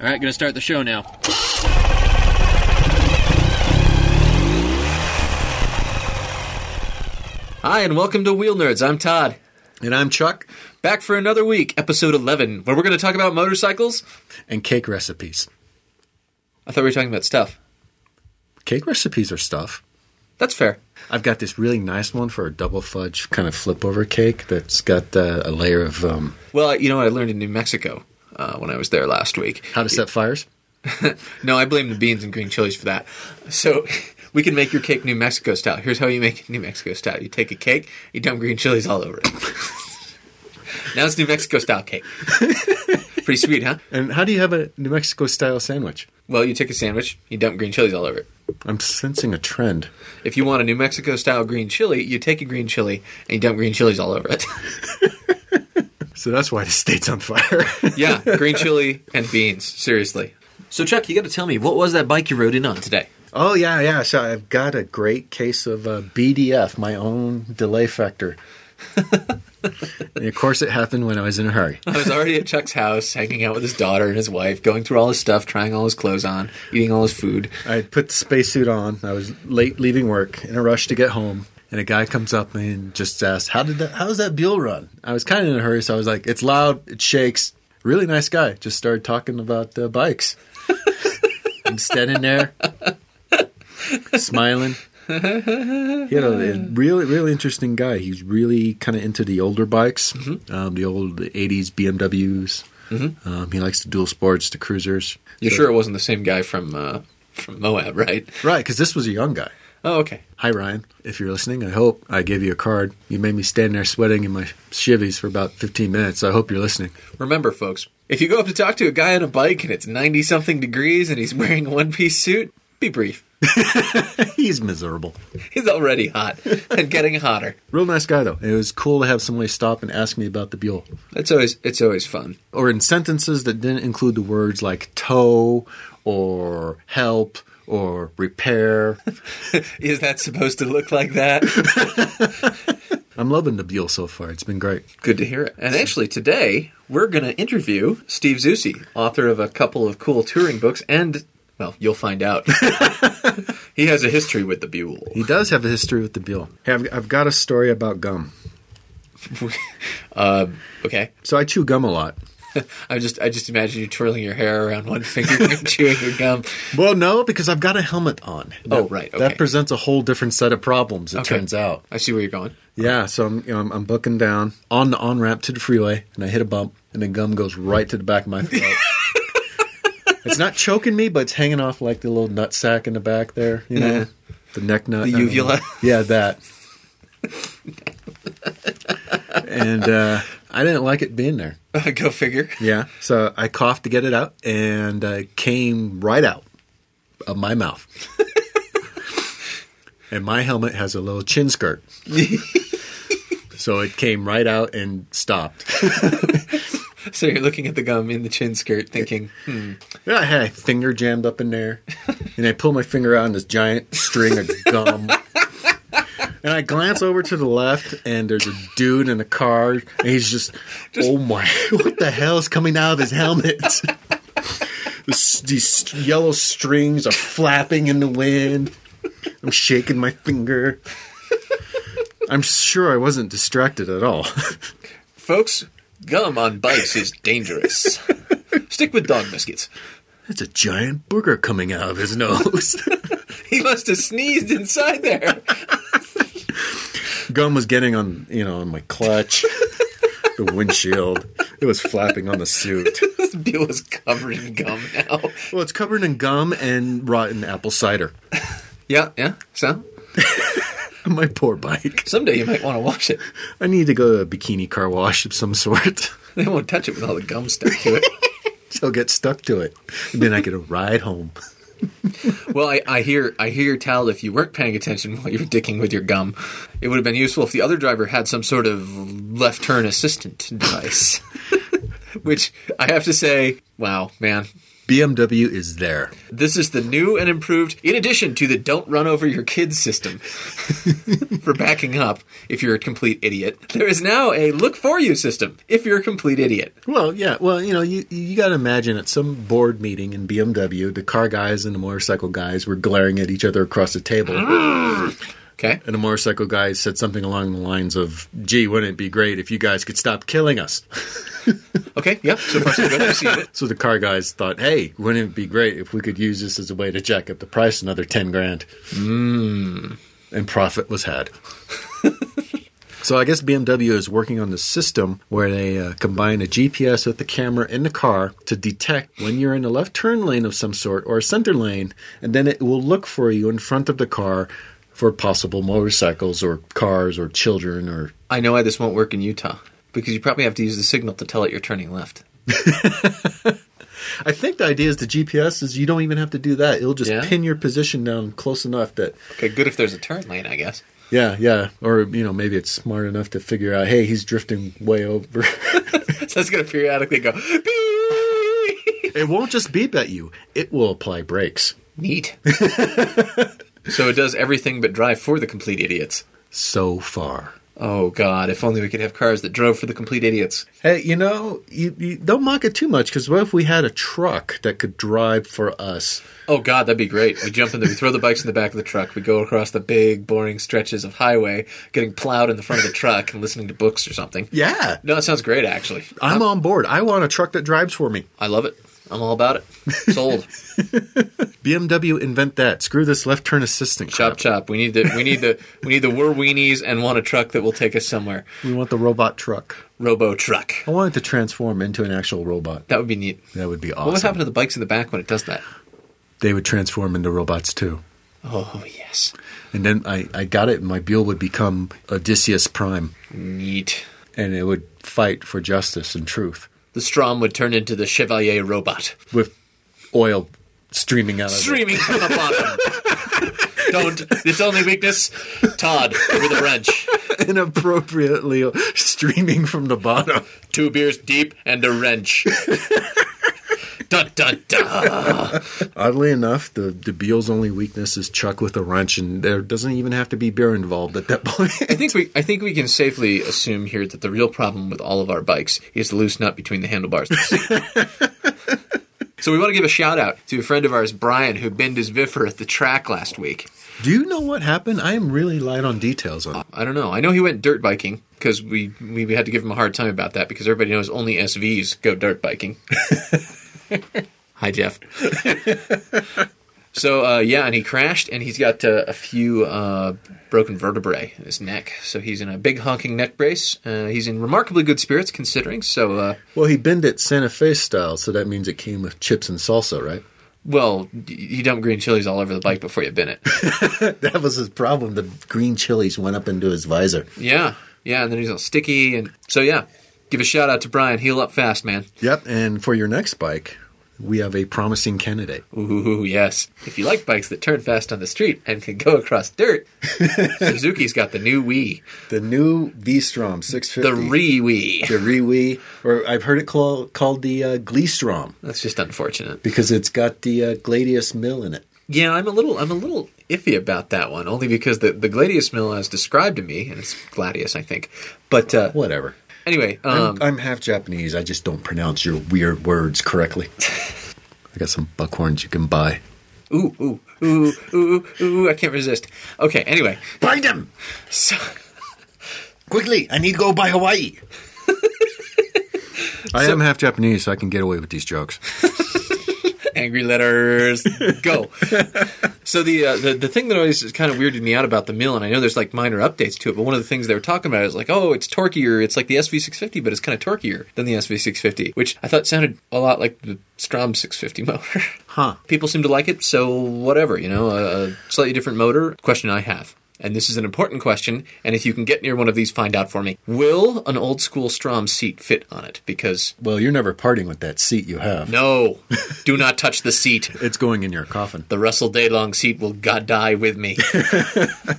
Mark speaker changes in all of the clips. Speaker 1: All right, gonna start the show now.
Speaker 2: Hi, and welcome to Wheel Nerds. I'm Todd.
Speaker 3: And I'm Chuck,
Speaker 2: Back for another week, episode 11, where we're going to talk about motorcycles.
Speaker 3: and cake recipes.
Speaker 2: I thought we were talking about stuff.
Speaker 3: Cake recipes are stuff.
Speaker 2: That's fair.
Speaker 3: I've got this really nice one for a double fudge kind of flip over cake that's got uh, a layer of um,
Speaker 2: Well, you know what I learned in New Mexico uh, when I was there last week?
Speaker 3: how to set fires.
Speaker 2: No, I blame the beans and green chilies for that. So we can make your cake New Mexico style. Here's how you make it New Mexico style: you take a cake, you dump green chilies all over it. now it's New Mexico style cake. Pretty sweet, huh?
Speaker 3: And how do you have a New Mexico style sandwich?
Speaker 2: Well, you take a sandwich, you dump green chilies all over it.
Speaker 3: I'm sensing a trend.
Speaker 2: If you want a New Mexico style green chili, you take a green chili and you dump green chilies all over it.
Speaker 3: So that's why the state's on fire.
Speaker 2: yeah, green chili and beans. Seriously. So Chuck, you got to tell me what was that bike you rode in on today?
Speaker 3: oh, yeah, yeah. So I've got a great case of uh, BDF, my own delay factor. and of course, it happened when I was in a hurry.
Speaker 2: I was already at Chuck's house, hanging out with his daughter and his wife, going through all his stuff, trying all his clothes on, eating all his food.
Speaker 3: I put the spacesuit on. I was late leaving work in a rush to get home, and a guy comes up and just asks, "How did that? How's that Buell run?" I was kind of in a hurry, so I was like, "It's loud. It shakes." Really nice guy. Just started talking about uh, bikes. I'm standing there, smiling. He had a, a really, really interesting guy. He's really kind of into the older bikes, um, the old '80s BMWs. Um, he likes the dual sports, the cruisers.
Speaker 2: You're
Speaker 3: So-
Speaker 2: sure it wasn't the same guy from uh, from Moab, right?
Speaker 3: right? Because this was a young guy.
Speaker 2: Oh, okay.
Speaker 3: Hi, Ryan. If you're listening, I hope I gave you a card. You made me stand there sweating in my shivvies for about 15 minutes. I hope you're listening.
Speaker 2: Remember, folks, if you go up to talk to a guy on a bike and it's ninety something degrees and he's wearing a one piece suit, be brief.
Speaker 3: He's miserable.
Speaker 2: He's already hot and getting hotter.
Speaker 3: Real nice guy, though. It was cool to have somebody stop and ask me about the Buell.
Speaker 2: It's always it's always fun.
Speaker 3: Or in sentences that didn't include the words like tow or help or repair.
Speaker 2: Is that supposed to look like that?
Speaker 3: I'm loving the Buell so far. It's been great.
Speaker 2: Good to hear it. And actually, today we're going to interview Steve Zusi, author of a couple of cool touring books, and well, you'll find out. he has a history with the Buell.
Speaker 3: He does have a history with the Buell. Hey, I've, I've got a story about gum.
Speaker 2: Uh, okay,
Speaker 3: So I chew gum a lot.
Speaker 2: I just I just imagine you twirling your hair around one finger and chewing your gum.
Speaker 3: Well, no, because I've got a helmet on.
Speaker 2: Oh, right, okay.
Speaker 3: That presents a whole different set of problems, it
Speaker 2: Okay.
Speaker 3: turns out.
Speaker 2: I see where you're going.
Speaker 3: Yeah, so I'm, you know, I'm I'm booking down on the on ramp to the freeway, and I hit a bump, and the gum goes right to the back of my throat. it's not choking me, but it's hanging off like the little nut sack in the back there, you know, the neck nut,
Speaker 2: Mm-hmm. The
Speaker 3: I don't
Speaker 2: uvula.
Speaker 3: know. Yeah, that. and uh, I didn't like it being there.
Speaker 2: Go figure.
Speaker 3: Yeah, so I coughed to get it out, and uh, it came right out of my mouth. and my helmet has a little chin skirt. so it came right out and stopped.
Speaker 2: So you're looking at the gum in the chin skirt, thinking, hmm,
Speaker 3: And I had a finger jammed up in there, and I pull my finger out on this giant string of gum. And I glance over to the left, and there's a dude in a car, and he's just, oh my, what the hell is coming out of his helmet? This- These yellow strings are flapping in the wind. I'm shaking my finger. I'm sure I wasn't distracted at all.
Speaker 2: folks, gum on bikes is dangerous. Stick with dog biscuits.
Speaker 3: That's a giant booger coming out of his nose.
Speaker 2: He must have sneezed inside there.
Speaker 3: Gum was getting on, you know, on my clutch, the windshield. It was flapping on the suit.
Speaker 2: this Buell is covered in gum now.
Speaker 3: Well, it's covered in gum and rotten apple cider.
Speaker 2: Yeah, yeah. So
Speaker 3: My poor bike.
Speaker 2: someday you might want to wash it.
Speaker 3: I need to go to a bikini car wash of some sort.
Speaker 2: They won't touch it with all the gum stuck to it.
Speaker 3: I'll get stuck to it. And then I get a ride home.
Speaker 2: well, I, I hear, I hear your towel. If you weren't paying attention while you were dicking with your gum, it would have been useful if the other driver had some sort of left turn assistant device. Which I have to say, Wow, man.
Speaker 3: BMW is there.
Speaker 2: This is the new and improved, in addition to the don't run over your kids system for backing up if you're a complete idiot. There is now a look for you system if you're a complete idiot.
Speaker 3: Well, yeah. Well, you know, you you got to imagine at some board meeting in BMW, the car guys and the motorcycle guys were glaring at each other across the table, and
Speaker 2: Okay?
Speaker 3: the motorcycle guy said something along the lines of, "Gee, wouldn't it be great if you guys could stop killing us?"
Speaker 2: Okay, yeah, so far so good. I've seen it.
Speaker 3: So the car guys thought, "Hey, wouldn't it be great if we could use this as a way to jack up the price another ten grand?" And profit was had. So I guess BMW is working on this system where they uh, combine a GPS with the camera in the car to detect when you're in a left turn lane of some sort or a center lane, and then it will look for you in front of the car for possible motorcycles or cars or children or
Speaker 2: I know why this won't work in Utah because you probably have to use the signal to tell it you're turning left.
Speaker 3: I think the idea is the GPS is you don't even have to do that. It'll just
Speaker 2: Yeah.
Speaker 3: pin your position down close enough that
Speaker 2: Okay, good if there's a turn lane, I guess.
Speaker 3: yeah, yeah, or you know maybe it's smart enough to figure out hey he's drifting way over.
Speaker 2: So it's going to periodically go, "Beep."
Speaker 3: it won't just beep at you. It will apply brakes.
Speaker 2: Neat. so it does everything but drive for the complete idiots.
Speaker 3: So far.
Speaker 2: Oh, God, if only we could have cars that drove for the complete idiots.
Speaker 3: Hey, you know, you, you don't mock it too much because what if we had a truck that could drive for us?
Speaker 2: Oh God, that'd be great. We jump in there, we throw the bikes in the back of the truck, we go across the big, boring stretches of highway, getting plowed in the front of the truck and listening to books or something.
Speaker 3: Yeah,
Speaker 2: No, it sounds great actually.
Speaker 3: I'm on board. I want a truck that drives for me.
Speaker 2: I love it. I'm all about it. Sold.
Speaker 3: BMW invent that. Screw this left turn assistant.
Speaker 2: chop
Speaker 3: Crap.
Speaker 2: chop. We need the we need the we need the we're weenies and want a truck that will take us somewhere.
Speaker 3: We want the robot truck.
Speaker 2: Robo truck.
Speaker 3: I want it to transform into an actual robot.
Speaker 2: That would be neat.
Speaker 3: That would be awesome.
Speaker 2: What would happen to the bikes in the back when it does that?
Speaker 3: They would transform into robots too.
Speaker 2: Oh yes.
Speaker 3: And then I, I got it, and my Buell would become Odysseus Prime,
Speaker 2: Neat.
Speaker 3: and it would fight for justice and truth
Speaker 2: The Strom would turn into the Chevalier robot.
Speaker 3: with oil streaming out of it.
Speaker 2: Streaming from the bottom. Don't its only weakness, Todd, over the wrench.
Speaker 3: inappropriately streaming from the bottom.
Speaker 2: two beers deep and a wrench. dun dun dun.
Speaker 3: Oddly enough, the, the Beale's only weakness is Chuck with a wrench, and there doesn't even have to be beer involved at that
Speaker 2: I
Speaker 3: point.
Speaker 2: think we I think we can safely assume here that the real problem with all of our bikes is the loose nut between the handlebars. and the seat. so we want to give a shout out to a friend of ours, Brian, who binned his Viffer at the track last week.
Speaker 3: Do you know what happened? I am really light on details on
Speaker 2: I don't know. I know he went dirt biking because we, we we had to give him a hard time about that because everybody knows only SVs go dirt biking. Hi, Jeff. so uh, yeah, and he crashed, and he's got uh, a few uh, broken vertebrae in his neck. So he's in a big honking neck brace. Uh, he's in remarkably good spirits considering. So uh,
Speaker 3: Well, he binned it Santa Fe style, so that means it came with chips and salsa, right?
Speaker 2: well, y- you dump green chilies all over the bike before you bin it.
Speaker 3: That was his problem. The green chilies went up into his visor.
Speaker 2: yeah, yeah, and then he's all sticky, and so yeah. Give a shout out to Brian. Heal up fast, man.
Speaker 3: Yep, and for your next bike, we have a promising candidate.
Speaker 2: Ooh, yes. If you like bikes that turn fast on the street and can go across dirt, Suzuki's got the new Wii.
Speaker 3: The new V-Strom
Speaker 2: The
Speaker 3: 650.
Speaker 2: Re Wii.
Speaker 3: the Riwi, or I've heard it call, called the uh, Gleestrom.
Speaker 2: That's just unfortunate.
Speaker 3: because it's got the uh, Gladius Mill in it.
Speaker 2: Yeah, I'm a little I'm a little iffy about that one, only because the, the Gladius mill as described to me, and it's Gladius, I think. But uh,
Speaker 3: Whatever.
Speaker 2: anyway, um,
Speaker 3: I'm, I'm half Japanese. I just don't pronounce your weird words correctly. I got some buckhorns you can buy.
Speaker 2: ooh, ooh, ooh, ooh, ooh, I can't resist. Okay, anyway.
Speaker 3: Buy them
Speaker 2: So
Speaker 3: quickly. I need to go by Hawaii. I am half Japanese, so I can get away with these jokes.
Speaker 2: angry letters go so the, uh, the the thing that always kind of weirded me out about the mill and i know there's like minor updates to it but one of the things they were talking about is like oh it's torquier it's like the sv650 but it's kind of torquier than the sv650 which i thought sounded a lot like the strom 650 motor
Speaker 3: Huh.
Speaker 2: people seem to like it so whatever you know a, a slightly different motor question i have and this is an important question, and if you can get near one of these, find out for me. Will an old school Strom seat fit on it? Because
Speaker 3: Well, you're never parting with that seat you have.
Speaker 2: no, do not touch the seat.
Speaker 3: It's going in your coffin.
Speaker 2: The Russell Daylong seat will god die with me.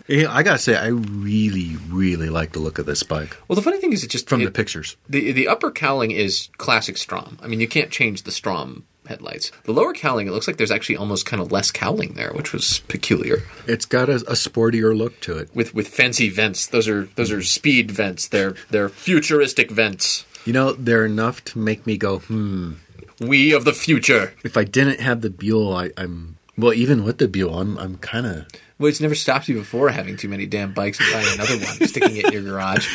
Speaker 3: Yeah, I gotta say, I really, really like the look of this bike
Speaker 2: Well, the funny thing is, it just
Speaker 3: from
Speaker 2: it-
Speaker 3: the pictures.
Speaker 2: The the upper cowling is classic Strom. I mean, you can't change the Strom headlights. The lower cowling, it looks like there's actually almost kind of less cowling there, which was peculiar.
Speaker 3: It's got a, a sportier look to it.
Speaker 2: With with fancy vents, those are those are speed vents. They're they're futuristic vents.
Speaker 3: You know, they're enough to make me go, hmm.
Speaker 2: We of the future.
Speaker 3: If I didn't have the Buell, I, I'm well. Even with the Buell, I'm I'm kind of
Speaker 2: Well, it's never stopped you before having too many damn bikes and buying another one, sticking it in your garage.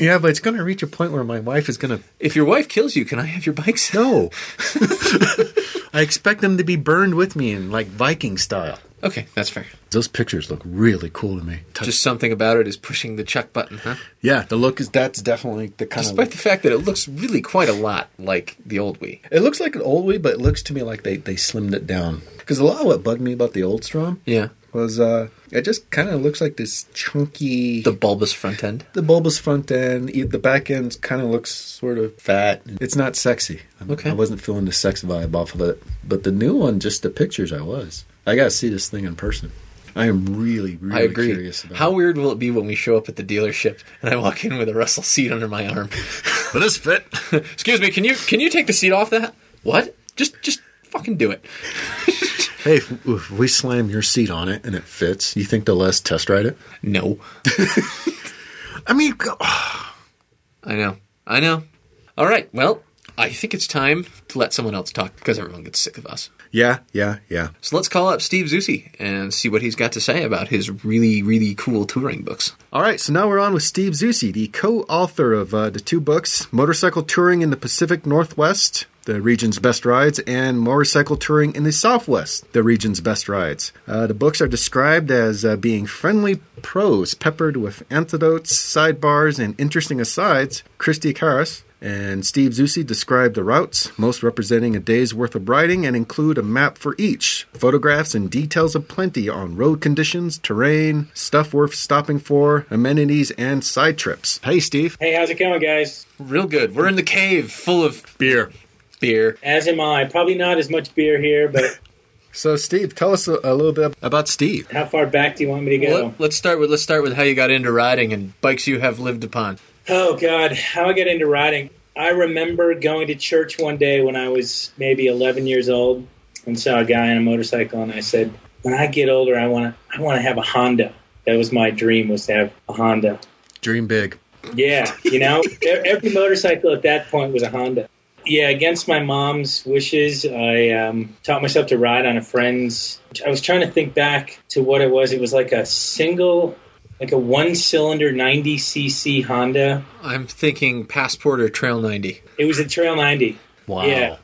Speaker 3: yeah. But it's gonna reach a point where my wife is gonna
Speaker 2: If your wife kills you, can I have your bikes?
Speaker 3: no. I expect them to be burned with me in like Viking style.
Speaker 2: Okay, that's fair.
Speaker 3: Those pictures look really cool to me.
Speaker 2: Just something about it is pushing the chuck button, huh?
Speaker 3: yeah, the look is that's definitely the kind
Speaker 2: Despite the fact that it looks really quite a lot like the old Wii.
Speaker 3: It looks like an old Wii, but it looks to me like they, they slimmed it down. Because a lot of what bugged me about the old Strom
Speaker 2: Yeah.
Speaker 3: was uh, it just kind of looks like this chunky,
Speaker 2: The
Speaker 3: the,
Speaker 2: bulbous front end.
Speaker 3: bulbous front end. e- The back end kind of looks sort of fat. It's not sexy. I'm-
Speaker 2: Okay.
Speaker 3: I wasn't feeling the sex vibe off of it. But the new one, just the pictures, I was. I got to see this thing in person. I am really, really
Speaker 2: I agree.
Speaker 3: curious about
Speaker 2: How
Speaker 3: it.
Speaker 2: weird will it be when we show up at the dealership and I walk in with a Russell seat under my arm?
Speaker 3: Will this fit?
Speaker 2: Excuse me, can you can you take the seat off that? What? Just just fucking do it.
Speaker 3: hey, if, if we slam your seat on it and it fits, you think they'll let us test ride it?
Speaker 2: No.
Speaker 3: I mean,
Speaker 2: I know. I know. All right. Well, I think it's time to let someone else talk because everyone gets sick of us.
Speaker 3: yeah, yeah, yeah.
Speaker 2: So let's call up Steve Zusi and see what he's got to say about his really really cool touring books.
Speaker 3: All right, so now we're on with Steve Zusi, the co-author of uh, the two books, Motorcycle Touring in the Pacific Northwest, the region's best rides, and Motorcycle Touring in the Southwest, the region's best rides. Uh, the books are described as uh, being friendly prose peppered with anecdotes, sidebars, and interesting asides. Christy Karras, and Steve Zusi described the routes, most representing a day's worth of riding, and include a map for each, photographs and details of plenty on road conditions, terrain, stuff worth stopping for, amenities, and side trips. Hey, Steve.
Speaker 1: Hey, how's it going, guys?
Speaker 2: Real good. We're in the cave full of
Speaker 3: Beer.
Speaker 2: beer.
Speaker 1: As am I. Probably not as much beer here, but
Speaker 3: So, Steve, tell us a, a little bit about Steve.
Speaker 1: how far back do you want me to go?
Speaker 2: Let, let's start with let's start with how you got into riding and bikes you have lived upon.
Speaker 1: Oh God, how I got into riding. I remember going to church one day when I was maybe 11 years old, and saw a guy on a motorcycle, and I said, "When I get older, I want to, I want to have a Honda." That was my dream was to have a Honda.
Speaker 3: Dream big.
Speaker 1: Yeah, you know, e- every motorcycle at that point was a Honda. Yeah, against my mom's wishes, I um, taught myself to ride on a friend's. I was trying to think back to what it was. It was like a single, like a one-cylinder 90cc Honda.
Speaker 2: I'm thinking passport or trail 90.
Speaker 1: It was a Trail 90.
Speaker 3: Wow.
Speaker 1: Yeah,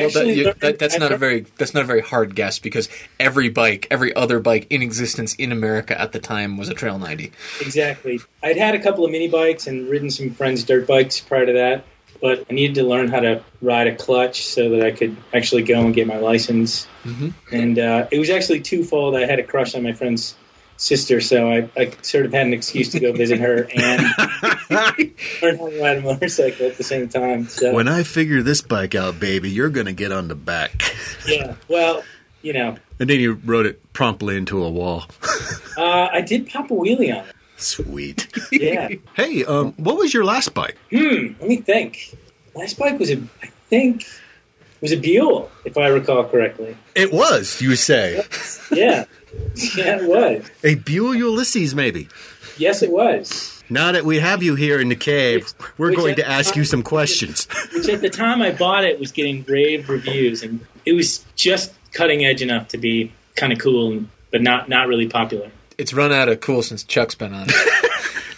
Speaker 2: Well, that,
Speaker 1: actually
Speaker 2: you,
Speaker 1: learned-
Speaker 2: that, that's
Speaker 1: I
Speaker 2: not a
Speaker 1: learned-
Speaker 2: very that's not a very hard guess because every bike, every other bike in existence in America at the time was a Trail 90.
Speaker 1: Exactly. I'd had a couple of mini bikes and ridden some friends' dirt bikes prior to that, but I needed to learn how to ride a clutch so that I could actually go and get my license.
Speaker 2: Mhm.
Speaker 1: And uh, it was actually twofold. I had a crush on my friend's sister, so I, I sort of had an excuse to go visit her and learn how to ride a motorcycle at the same time. So
Speaker 3: When I figure this bike out, baby, you're going to get on the back.
Speaker 1: yeah, well, you know,
Speaker 3: And then you rode it promptly into a wall.
Speaker 1: uh, I did pop a wheelie on it.
Speaker 3: Sweet.
Speaker 1: Yeah.
Speaker 3: hey, um, what was your last bike?
Speaker 1: Hmm, let me think. Last bike was a, I think, it was a Buell, if I recall correctly.
Speaker 3: It was, you say.
Speaker 1: Yeah, yeah, it was.
Speaker 3: A Buell Ulysses, maybe.
Speaker 1: Yes, it was.
Speaker 3: Now that we have you here in the cave, we're
Speaker 1: Which
Speaker 3: going
Speaker 1: at
Speaker 3: to
Speaker 1: the
Speaker 3: ask
Speaker 1: time-
Speaker 3: you some questions.
Speaker 1: Which at the time I bought it was getting rave reviews, and it was just cutting edge enough to be kind of cool, but not not really popular.
Speaker 2: It's run out of cool since Chuck's been on it.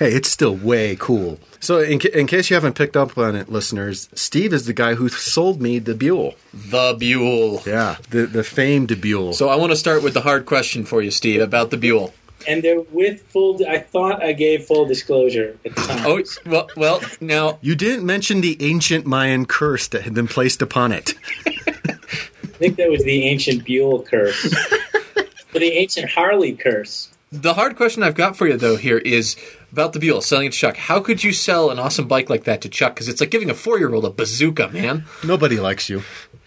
Speaker 3: hey, it's still way cool. So, in, ca- in case you haven't picked up on it, listeners, Steve is the guy who sold me the Buell.
Speaker 2: the Buell.
Speaker 3: Yeah, the, the famed Buell.
Speaker 2: So I want to start with the hard question for you, Steve, about the Buell.
Speaker 1: And there, with full, I thought I gave full disclosure at the time.
Speaker 2: Oh well, well now
Speaker 3: you didn't mention the ancient Mayan curse that had been placed upon it.
Speaker 1: I think that was the ancient Buell curse, or the ancient Harley curse.
Speaker 2: The hard question I've got for you though here is about the Buell selling it to Chuck. How could you sell an awesome bike like that to Chuck? Because it's like giving a four-year-old a bazooka, man.
Speaker 3: Nobody likes you.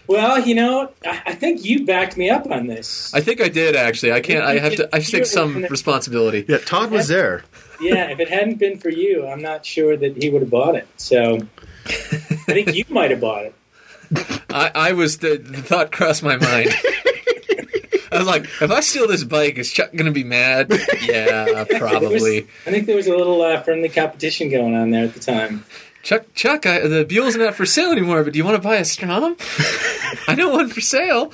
Speaker 1: Well, you know, I, I think you backed me up on this.
Speaker 2: I think I did actually. I can't. I have to. I take some responsibility.
Speaker 3: Yeah, Todd was there.
Speaker 1: yeah, if it hadn't been for you, I'm not sure that he would have bought it. So I think you might have bought it.
Speaker 2: I, I was the, the thought crossed my mind. I was like, if I steal this bike, is Chuck gonna be mad? Yeah,
Speaker 1: There was-
Speaker 2: probably.
Speaker 1: I think there was a little uh, friendly competition going on there at the time.
Speaker 2: Chuck, Chuck, I, the Buell's not for sale anymore. But do you want to buy a Strom? I know one for sale.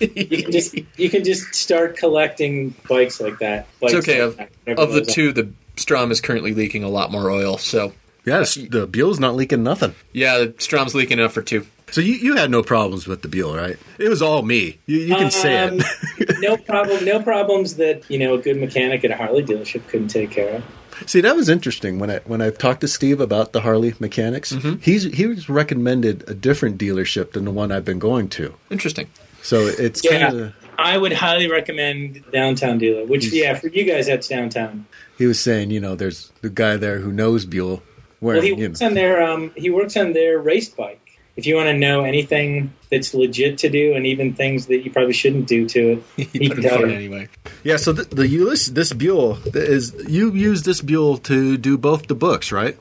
Speaker 1: You can just you can just start collecting bikes like that. Bikes
Speaker 2: It's okay.
Speaker 1: like
Speaker 2: Of,
Speaker 1: that, whatever
Speaker 2: of the
Speaker 1: those are.
Speaker 2: two, the Strom is currently leaking a lot more oil. So
Speaker 3: Yes, the Buell's not leaking nothing.
Speaker 2: yeah, the Strom's leaking enough for two.
Speaker 3: So you, you had no problems with the Buell, right? It was all me. You, you can say it.
Speaker 1: Um, no problem. No problems that you know a good mechanic at a Harley dealership couldn't take care of.
Speaker 3: See, that was interesting when I when I talked to Steve about the Harley mechanics.
Speaker 1: Mm-hmm.
Speaker 3: He's he was recommended a different dealership than the one I've been going to.
Speaker 2: Interesting.
Speaker 3: So it's
Speaker 1: Yeah,
Speaker 3: kind of
Speaker 1: I would highly recommend downtown dealer. Which yeah, for you guys that's downtown.
Speaker 3: he was saying, you know, there's the guy there who knows Buell. Where
Speaker 1: Well, he
Speaker 3: you
Speaker 1: works
Speaker 3: know.
Speaker 1: on their um, he works on their race bike. If you want to know anything that's legit to do, and even things that you probably shouldn't do to it,
Speaker 2: You
Speaker 1: he
Speaker 2: put
Speaker 1: can
Speaker 2: him
Speaker 1: tell
Speaker 2: forward
Speaker 1: you.
Speaker 2: anyway.
Speaker 3: yeah, so the, the Ulysses, this Buell is you use this Buell to do both the books, right?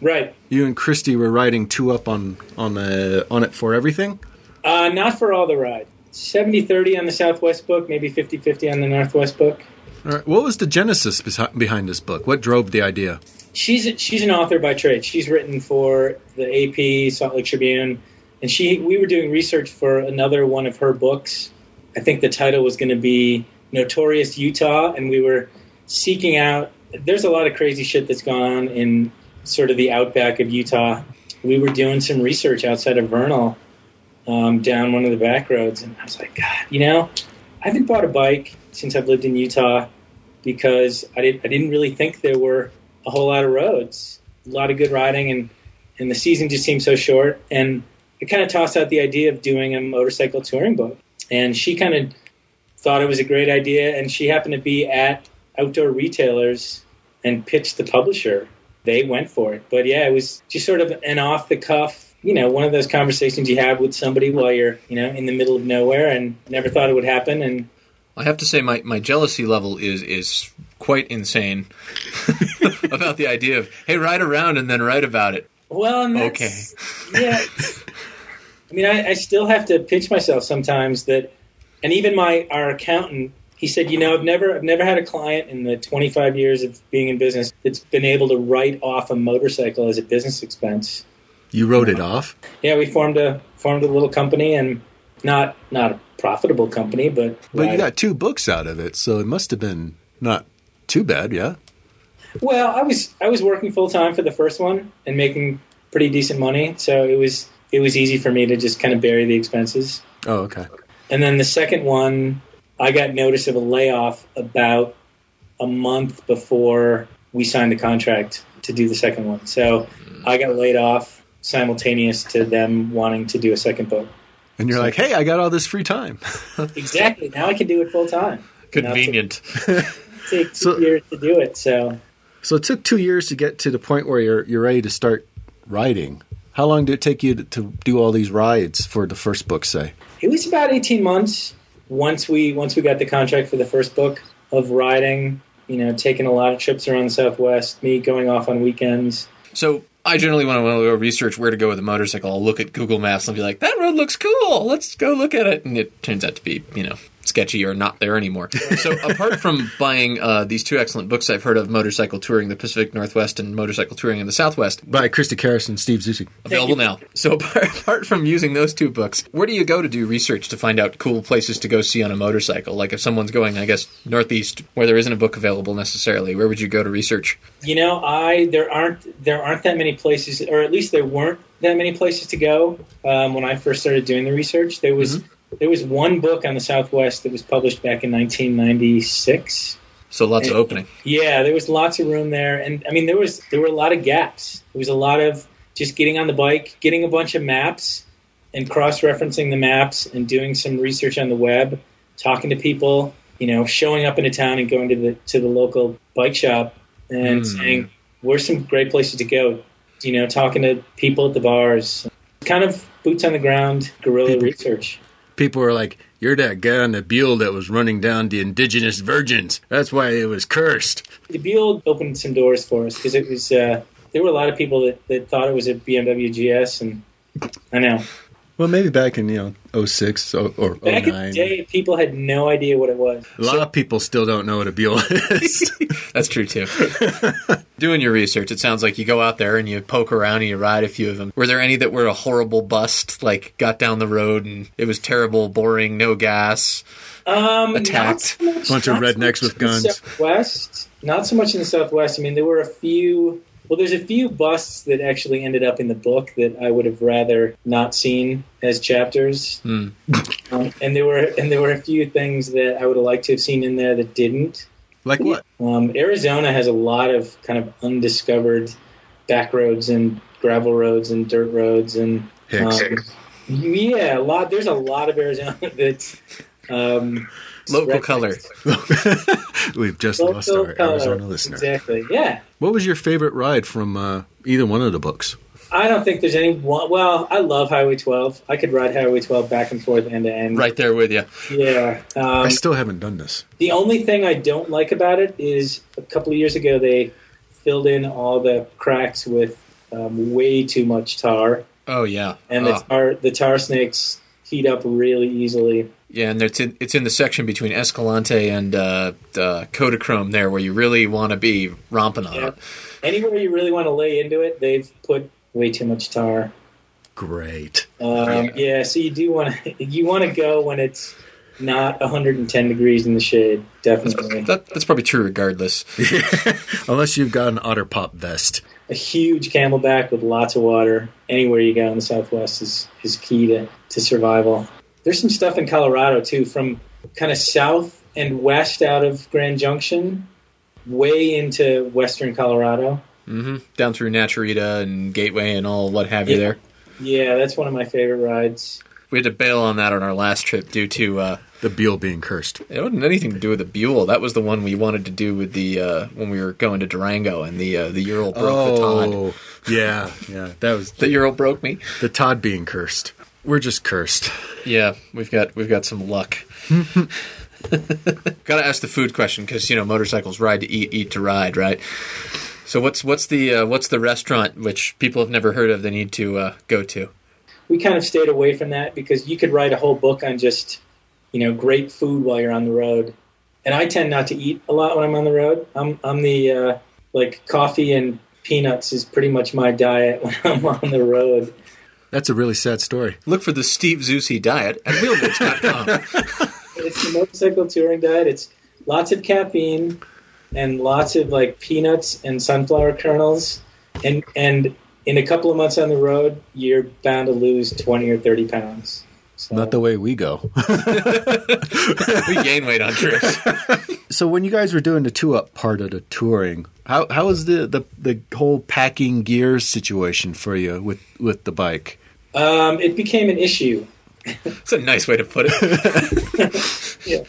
Speaker 1: Right.
Speaker 3: You and Christy were writing two up on on the on it for everything.
Speaker 1: Uh, not for all the ride. 70-30 on the Southwest book, maybe 50-50 on the Northwest book.
Speaker 3: All right. What was the genesis besi- behind this book? What drove the idea?
Speaker 1: she's she's an author by trade. She's written for the AP, Salt Lake Tribune, and she we were doing research for another one of her books. I think the title was going to be Notorious Utah, and we were seeking out. There's a lot of crazy shit that's gone on in sort of the outback of Utah. We were doing some research outside of Vernal, um, down one of the back roads, and I was like, God, you know, I haven't bought a bike since I've lived in Utah because I didn't I didn't really think there were a whole lot of roads, a lot of good riding, and and the season just seemed so short. And I kind of tossed out the idea of doing a motorcycle touring book, and she kind of thought it was a great idea. And she happened to be at outdoor retailers and pitched the publisher. They went for it, but yeah, it was just sort of an off the cuff. You know, one of those conversations you have with somebody while you're, you know, in the middle of nowhere and never thought it would happen. And
Speaker 2: I have to say, my, my jealousy level is is quite insane about the idea of hey, ride around and then write about it.
Speaker 1: Well, and that's, okay. yeah. I mean, I, I still have to pinch myself sometimes that, and even my our accountant, he said, you know, I've never I've never had a client in the 25 years of being in business that's been able to write off a motorcycle as a business expense.
Speaker 3: You wrote it off.
Speaker 1: Yeah, we formed a formed a little company and not not a profitable company, but
Speaker 3: But you
Speaker 1: Right.
Speaker 3: got two books out of it, so it must have been not too bad, yeah.
Speaker 1: Well, I was I was working full time for the first one and making pretty decent money, so it was it was easy for me to just kind of bury the expenses.
Speaker 3: Oh, okay.
Speaker 1: And then the second one, I got notice of a layoff about a month before we signed the contract to do the second one. So I got laid off simultaneous to them wanting to do a second book.
Speaker 3: And you're like, hey, I got all this free time.
Speaker 1: Exactly. Now I can do it full time.
Speaker 2: Convenient.
Speaker 1: It takes two
Speaker 3: So-
Speaker 1: years to do it. So
Speaker 3: so it took two years to get to the point where you're you're ready to start writing. How long did it take you to, to do all these rides for the first book? Say,
Speaker 1: it was about 18 months once we once we got the contract for the first book of riding, you know, taking a lot of trips around the Southwest, me going off on weekends.
Speaker 2: So I generally when I want to go research where to go with a motorcycle, I'll look at Google Maps and I'll be like, that road looks cool. Let's go look at it. And it turns out to be, you know, sketchy or not there anymore. so apart from buying uh, these two excellent books I've heard of, Motorcycle Touring the Pacific Northwest and Motorcycle Touring in the Southwest,
Speaker 3: by Christy Karras and Steve Zusik.
Speaker 2: available now. So apart, apart from using those two books, where do you go to do research to find out cool places to go see on a motorcycle? Like if someone's going, I guess, northeast where there isn't a book available necessarily, where would you go to research?
Speaker 1: You know, I there aren't there aren't that many places, or at least there weren't that many places to go um, when I first started doing the research. There was there was one book on the Southwest that was published back in 1996.
Speaker 2: So lots of
Speaker 1: Eh,
Speaker 2: opening.
Speaker 1: Yeah, there was lots of room there, and I mean there was there were a lot of gaps. There was a lot of just getting on the bike, getting a bunch of maps, and cross referencing the maps, and doing some research on the web, talking to people, you know, showing up into town and going to the to the local bike shop and saying, "Where's some great places to go?" You know, talking to people at the bars, kind of boots on the ground, guerrilla
Speaker 3: People-
Speaker 1: research.
Speaker 3: People were like, "You're that guy on the Buell that was running down the indigenous virgins. That's why it was cursed."
Speaker 1: The Buell opened some doors for us because it was uh, there were a lot of people that, that thought it was a BMW GS, and I know
Speaker 3: Oh, Well, maybe back in you know 06 or, or
Speaker 1: back in the
Speaker 3: 09.
Speaker 1: day, people had no idea what it was.
Speaker 3: A lot of people still don't know what a Buell is.
Speaker 2: That's true too. Doing your research, it sounds like you go out there and you poke around and you ride a few of them. Were there any that were a horrible bust, like got down the road and it was terrible, boring, no gas?
Speaker 1: Um, not
Speaker 2: Attacked.
Speaker 1: so much-
Speaker 3: Bunch of
Speaker 1: not so
Speaker 3: rednecks
Speaker 1: much
Speaker 3: with
Speaker 1: in the
Speaker 3: guns.
Speaker 1: Southwest, not so much in the Southwest. I mean, there were a few. Well, there's a few busts that actually ended up in the book that I would have rather not seen as chapters.
Speaker 2: Hmm.
Speaker 1: Um, and there were and there were a few things that I would have liked to have seen in there that didn't.
Speaker 3: like what?
Speaker 1: Um, Arizona has a lot of kind of undiscovered back roads and gravel roads and dirt roads and
Speaker 3: Hicks.
Speaker 1: um, yeah, a lot. There's a lot of Arizona that's um,
Speaker 2: Local
Speaker 1: rednecks.
Speaker 2: color.
Speaker 3: We've just
Speaker 1: Local
Speaker 3: lost our
Speaker 1: color.
Speaker 3: Arizona listener.
Speaker 1: Exactly. Yeah.
Speaker 3: What was your favorite ride from uh, either one of the books?
Speaker 1: I don't think there's any one. Well, I love Highway 12. I could ride Highway 12 back and forth, end to end.
Speaker 2: Right there with you.
Speaker 1: Yeah.
Speaker 3: I
Speaker 1: Um,
Speaker 3: still haven't done this.
Speaker 1: the only thing I don't like about it is a couple of years ago they filled in all the cracks with um, way too much tar,
Speaker 2: Oh yeah.
Speaker 1: and the
Speaker 2: Oh.
Speaker 1: tar the tar snakes heat up really easily.
Speaker 2: Yeah, and it's in, it's in the section between Escalante and uh, uh, Kodachrome there where you really want to be romping on
Speaker 1: Yeah.
Speaker 2: it.
Speaker 1: Anywhere you really want to lay into it, they've put way too much tar.
Speaker 3: Great.
Speaker 1: Um, yeah. so you do want to you want to go when it's not 110 degrees in the shade, definitely.
Speaker 2: That, that's probably true regardless.
Speaker 3: Unless you've got an otter pop vest.
Speaker 1: a huge camelback with lots of water. Anywhere you go in the Southwest is, is key to, to survival. There's some stuff in Colorado too, from kind of south and west out of Grand Junction, way into western Colorado.
Speaker 2: hmm Down through Naturita and Gateway and all what have you
Speaker 1: Yeah.
Speaker 2: there.
Speaker 1: Yeah, that's one of my favorite rides.
Speaker 2: We had to bail on that on our last trip due to uh,
Speaker 3: The Buell being cursed.
Speaker 2: It wasn't anything to do with the Buell. That was the one we wanted to do with the uh, when we were going to Durango and the uh, the Ural broke
Speaker 3: Oh.
Speaker 2: the Todd.
Speaker 3: yeah, yeah. That was
Speaker 2: The Ural broke me.
Speaker 3: the Todd being cursed. We're just cursed.
Speaker 2: Yeah, we've got we've got some luck. got to ask the food question because you know motorcycles ride to eat, eat to ride, right? So what's what's the uh, what's the restaurant which people have never heard of? They need to uh, go to.
Speaker 1: We kind of stayed away from that because you could write a whole book on just, you know, great food while you're on the road. And I tend not to eat a lot when I'm on the road. I'm I'm the uh, like coffee and peanuts is pretty much my diet when I'm on the road.
Speaker 3: That's a really sad story.
Speaker 2: Look for the Steve Zusi diet at wheelboots.com.
Speaker 1: it's the motorcycle touring diet. It's lots of caffeine and lots of like peanuts and sunflower kernels, and and in a couple of months on the road, you're bound to lose twenty or thirty pounds. So,
Speaker 3: Not the way we go.
Speaker 2: we gain weight on trips.
Speaker 3: so when you guys were doing the two up part of the touring, how how was the, the, the whole packing gear situation for you with, with the bike?
Speaker 1: um, it became an issue.
Speaker 2: It's a nice way to put it.
Speaker 1: Yeah.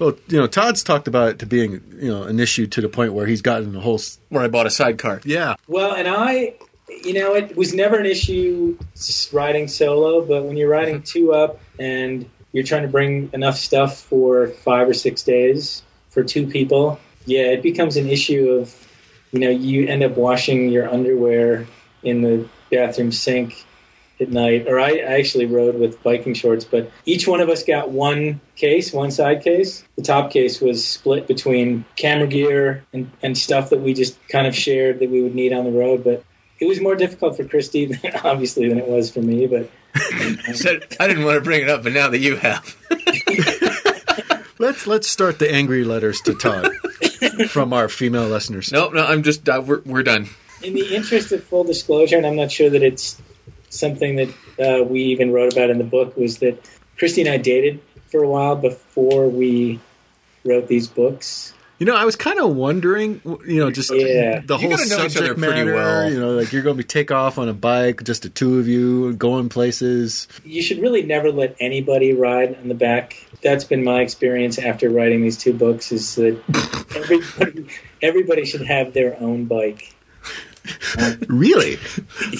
Speaker 3: Well, you know, Todd's talked about it to being, you know, an issue to the point where he's gotten the whole s-
Speaker 2: Where I bought a sidecar.
Speaker 3: yeah.
Speaker 1: Well, and I, you know, it was never an issue s- riding solo, but when you're riding two up and you're trying to bring enough stuff for five or six days for two people, yeah, it becomes an issue of, you know, you end up washing your underwear in the bathroom sink at night. Or I, I actually rode with biking shorts, but each one of us got one case, one side case. The top case was split between camera gear and, and stuff that we just kind of shared that we would need on the road. But it was more difficult for Christy, than, obviously, than it was for me. But
Speaker 2: Said I didn't want to bring it up, but now that you have.
Speaker 3: Let's let's start the angry letters to Todd from our female listeners.
Speaker 2: No, no, I'm just uh, we're we're done.
Speaker 1: in the interest of full disclosure, and I'm not sure that it's something that uh, we even wrote about in the book, was that Christy and I dated for a while before we wrote these books.
Speaker 3: You know, I was kind of wondering, you know, just
Speaker 1: Yeah.
Speaker 3: the
Speaker 2: You
Speaker 3: whole
Speaker 2: gotta know each other
Speaker 3: subject
Speaker 2: pretty
Speaker 3: matter.
Speaker 2: well.
Speaker 3: You know, like you're going to be take off on a bike, just the two of you going places.
Speaker 1: You should really never let anybody ride on the back. That's been my experience after writing these two books is that everybody, everybody should have their own bike.
Speaker 3: Really,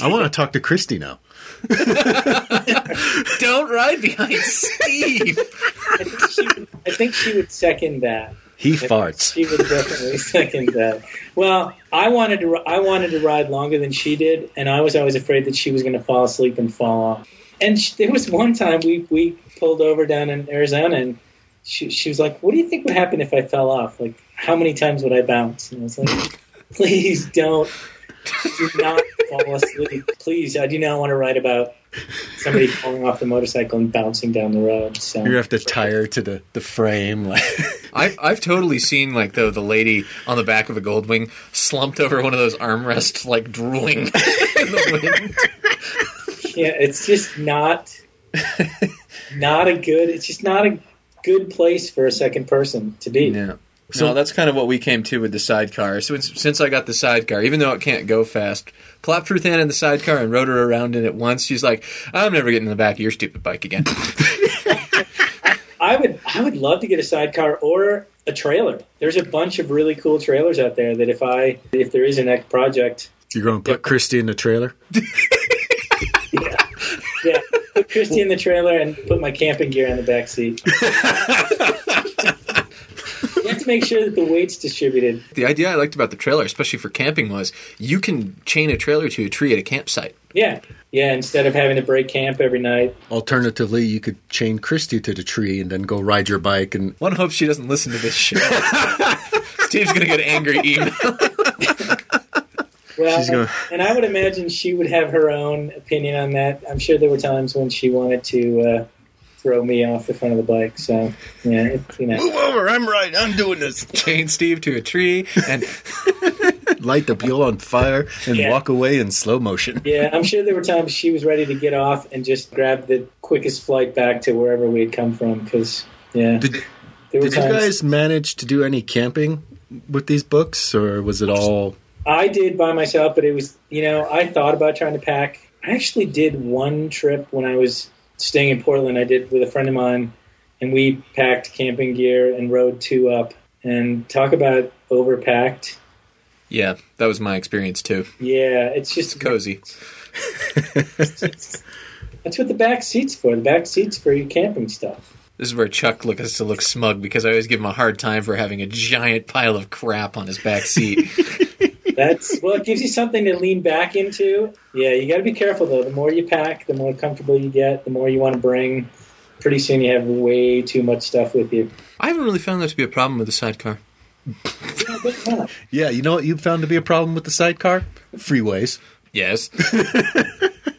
Speaker 3: I want to talk to Christy now.
Speaker 2: Don't ride behind Steve.
Speaker 1: I think she would, I think she would second that.
Speaker 3: He farts.
Speaker 1: She would definitely second that. Well, I wanted to. ri- I wanted to ride longer than she did, and I was always afraid that she was going to fall asleep and fall off. And sh there was one time we we pulled over down in Arizona, and she she was like, "What do you think would happen if I fell off? Like, how many times would I bounce?" And I was like, "Please don't." Do not fall asleep. Please, I do not want to write about somebody falling off the motorcycle and bouncing down the road. So
Speaker 3: You're gonna have to tie her to the, the frame. Like,
Speaker 2: I've, I've totally seen like though the lady on the back of a Goldwing slumped over one of those armrests like drooling in the wind.
Speaker 1: yeah, it's just not not a good. It's just not a good place for a second person to be.
Speaker 3: yeah.
Speaker 2: So that's kind of what we came to with the sidecar. So it's- since I got the sidecar, even though it can't go fast, plopped Ruth Ann in the sidecar and rode her around in it once. She's like, "I'm never getting in the back of your stupid bike again."
Speaker 1: I would I would love to get a sidecar or a trailer. There's a bunch of really cool trailers out there that if I if there is a next project,
Speaker 3: You're going to put Christy in the trailer.
Speaker 1: yeah, put Christy in the trailer and put my camping gear in the back seat. you have to make sure that the weight's distributed.
Speaker 2: the idea I liked about the trailer, especially for camping, was you can chain a trailer to a tree at a campsite.
Speaker 1: Yeah, yeah. Instead of having to break camp every night,
Speaker 3: Alternatively, you could chain Christy to the tree and then go ride your bike and
Speaker 2: One hopes she doesn't listen to this show. Steve's gonna get an angry email.
Speaker 1: Well,
Speaker 3: She's gonna-
Speaker 1: and I would imagine she would have her own opinion on that. I'm sure there were times when she wanted to uh, throw me off the front of the bike. So yeah, it, you know,
Speaker 3: move over. I'm right. I'm doing this.
Speaker 2: Chain Steve to a tree and
Speaker 3: Light the Buell on fire and
Speaker 1: Yeah.
Speaker 3: walk away in slow motion.
Speaker 1: yeah, I'm sure there were times she was ready to get off and just grab the quickest flight back to wherever we had come from. Because yeah,
Speaker 3: Did,
Speaker 1: there were
Speaker 3: did you
Speaker 1: times
Speaker 3: guys manage to do any camping with these books, or was it all?
Speaker 1: I did by myself, but it was you know I thought about trying to pack. I actually did one trip when I was staying in Portland. I did with a friend of mine, and we packed camping gear and rode two up. And talk about overpacked.
Speaker 2: yeah, that was my experience too.
Speaker 1: Yeah, it's just
Speaker 2: Cozy.
Speaker 1: That's what the back seats for. The back seats for your camping stuff.
Speaker 2: This is where Chuck look, has to look smug because I always give him a hard time for having a giant pile of crap on his back seat.
Speaker 1: That's well, it gives you something to lean back into. Yeah, you got to be careful though. The more you pack, the more comfortable you get. The more you want to bring. Pretty soon, you have way too much stuff with you.
Speaker 2: I haven't really found that to be a problem with the sidecar.
Speaker 3: Yeah, you know what you found to be a problem with the sidecar? Freeways.
Speaker 2: Yes.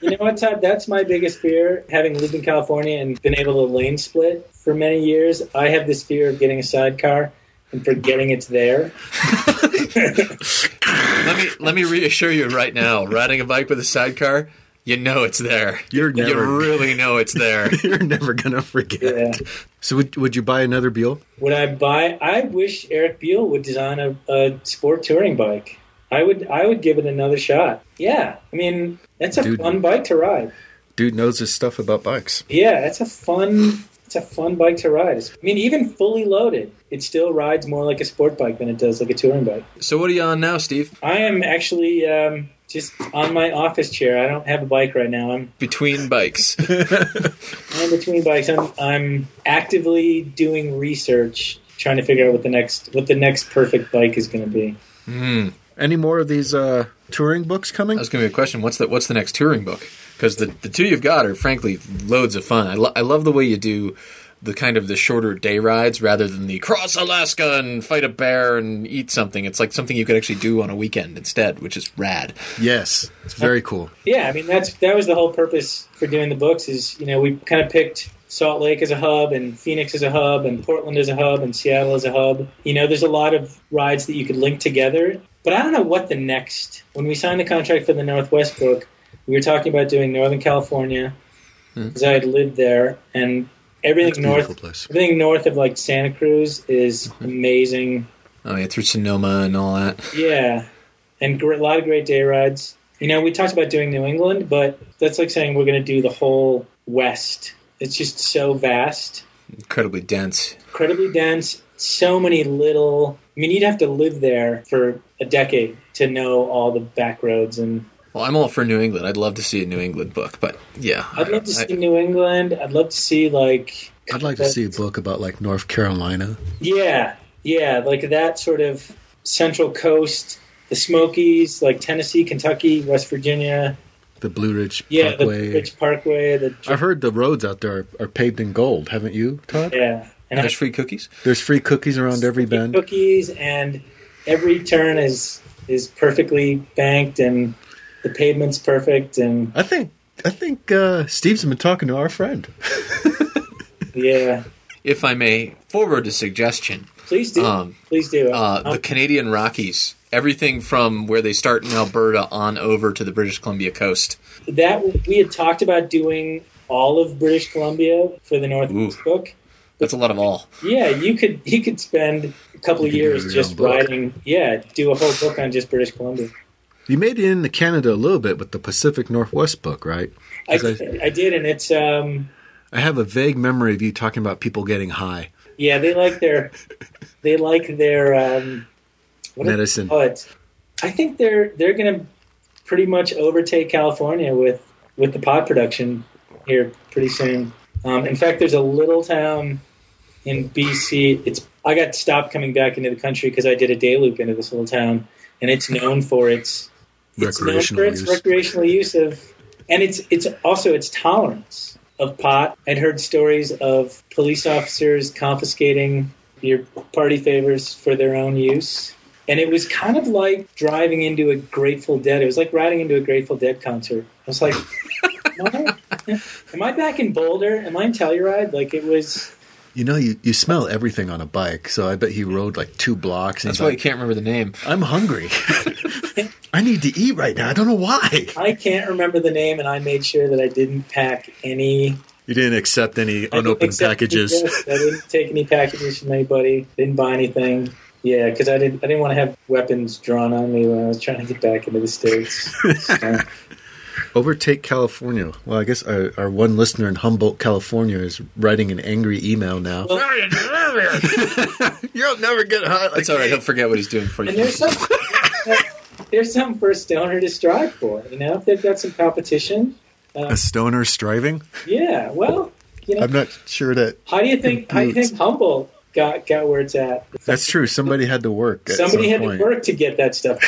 Speaker 1: You know what, Todd? That's my biggest fear. Having lived in California and been able to lane split for many years, I have this fear of getting a sidecar and forgetting it's there.
Speaker 2: let me let me reassure you right now. Riding a bike with a sidecar, you know it's there.
Speaker 3: You're
Speaker 2: You
Speaker 3: never-
Speaker 2: really know it's there.
Speaker 3: You're never gonna forget.
Speaker 1: Yeah.
Speaker 3: So would, would you buy another Buell?
Speaker 1: Would I buy? I wish Eric Buell would design a, a sport touring bike. I would. I would give it another shot. Yeah, I mean that's a
Speaker 3: Dude.
Speaker 1: fun bike to ride.
Speaker 3: Dude knows his stuff about bikes.
Speaker 1: Yeah, that's a fun. It's a fun bike to ride. I mean, even fully loaded, it still rides more like a sport bike than it does like a touring bike.
Speaker 2: So what are you on now, Steve?
Speaker 1: I am actually um, just on my office chair. I don't have a bike right now. I'm
Speaker 2: Between bikes.
Speaker 1: I'm between bikes. I'm I'm actively doing research, trying to figure out what the next what the next perfect bike is going to be.
Speaker 3: Any more of these uh, touring books coming?
Speaker 2: That was going to be a question. What's the What's the next touring book? Because the the two you've got are frankly loads of fun. I, lo- I love the way you do the kind of the shorter day rides rather than the cross Alaska and fight a bear and eat something. It's like something you could actually do on a weekend instead, which is rad.
Speaker 3: Yes, it's very cool.
Speaker 1: Yeah, I mean that's that was the whole purpose for doing the books is you know we kind of picked Salt Lake as a hub and Phoenix as a hub and Portland as a hub and Seattle as a hub. You know, there's a lot of rides that you could link together. But I don't know what the next. When we signed the contract for the Northwest book, we were talking about doing Northern California because I had lived there and everything
Speaker 3: It's a beautiful
Speaker 1: north
Speaker 3: place.
Speaker 1: everything north of like Santa Cruz is amazing
Speaker 2: Oh yeah, through Sonoma and all that.
Speaker 1: Yeah, and gr- a lot of great day rides. You know, we talked about doing New England, but that's like saying we're going to do the whole West. It's just so vast,
Speaker 2: Incredibly dense.
Speaker 1: incredibly dense. So many little. I mean, you'd have to live there for a decade to know all the back roads, and
Speaker 2: Well, I'm all for New England. I'd love to see a New England book, but yeah,
Speaker 1: I'd love to
Speaker 2: I-
Speaker 1: see New England. I'd love to see like.
Speaker 3: I'd like to see a book about like North Carolina.
Speaker 1: Yeah, yeah, like that sort of Central Coast, the Smokies, like Tennessee, Kentucky, West Virginia.
Speaker 3: The Blue Ridge
Speaker 1: Yeah,
Speaker 3: Parkway.
Speaker 1: the Rich Parkway. The
Speaker 3: I've heard the roads out there are, are paved in gold, haven't you, Todd?
Speaker 1: yeah, and I
Speaker 2: there's free cookies.
Speaker 3: There's free cookies around every bend.
Speaker 1: cookies, and every turn is is perfectly banked, and the pavement's perfect, and
Speaker 3: I think I think uh, Steve's been talking to our friend.
Speaker 1: yeah.
Speaker 2: If I may forward a suggestion,
Speaker 1: Please do,
Speaker 2: Um,
Speaker 1: please do.
Speaker 2: uh,
Speaker 1: I'll-
Speaker 2: the Canadian Rockies, everything from where they start in Alberta on over to the British Columbia coast.
Speaker 1: that we had talked about doing all of British Columbia for the North
Speaker 2: Ooh.
Speaker 1: book.
Speaker 2: That's a lot of all.
Speaker 1: Yeah, you could you could spend a couple
Speaker 3: You
Speaker 1: of
Speaker 3: could do
Speaker 1: years
Speaker 3: your own
Speaker 1: just
Speaker 3: book.
Speaker 1: riding. Yeah, do a whole book on just British Columbia.
Speaker 3: You made it into Canada a little bit with the Pacific Northwest book, right?
Speaker 1: I,
Speaker 3: 'Cause I,
Speaker 1: I did, and it's um
Speaker 3: I have a vague memory of you talking about people getting high.
Speaker 1: yeah they like their they like their um what do they
Speaker 3: Medicine.
Speaker 1: call it? I think they're they're gonna pretty much overtake California with with the pot production here pretty soon. Um, in fact, there's a little town in BC. It's I got stopped coming back into the country because I did a day loop into this little town, and it's known for its it's known
Speaker 3: Recreational
Speaker 1: for its
Speaker 3: use.
Speaker 1: recreational use of, and it's it's also its tolerance of pot. I'd heard stories of police officers confiscating your party favors for their own use, and it was kind of like driving into a Grateful Dead. It was like riding into a Grateful Dead concert. I was like, am I, am I back in Boulder? Am I in Telluride? Like it was.
Speaker 3: You know, you, you smell everything on a bike, so I bet he rode like two blocks. And
Speaker 2: That's
Speaker 3: he's
Speaker 2: why you
Speaker 3: like,
Speaker 2: can't remember the name.
Speaker 3: I'm hungry. I need to eat right now. I don't know why.
Speaker 1: I can't remember the name, and I made sure that I didn't pack any
Speaker 3: You didn't accept any
Speaker 1: I didn't
Speaker 3: unopened
Speaker 1: accept any
Speaker 3: packages.
Speaker 1: gifts. I didn't take any packages from anybody. Didn't buy anything. Yeah, because I didn't. I didn't want to have weapons drawn on me when I was trying to get back into the states. So,
Speaker 3: Overtake California. Well, I guess our, our one listener in Humboldt, California, is writing an angry email now.
Speaker 1: Well-
Speaker 3: You'll never get high. Like
Speaker 2: It's all right. He'll forget what he's doing for
Speaker 1: and
Speaker 2: you.
Speaker 1: there's some. There's some for a stoner to strive for. You know, if they've got some competition.
Speaker 3: A stoner striving.
Speaker 1: Yeah. Well, you know,
Speaker 3: I'm not sure that
Speaker 1: how do you think? How do you
Speaker 3: Boots.
Speaker 1: think Humboldt got got where it's at?
Speaker 3: that's true. Somebody had to work. At
Speaker 1: Somebody
Speaker 3: some
Speaker 1: had
Speaker 3: point.
Speaker 1: to work to get that stuff.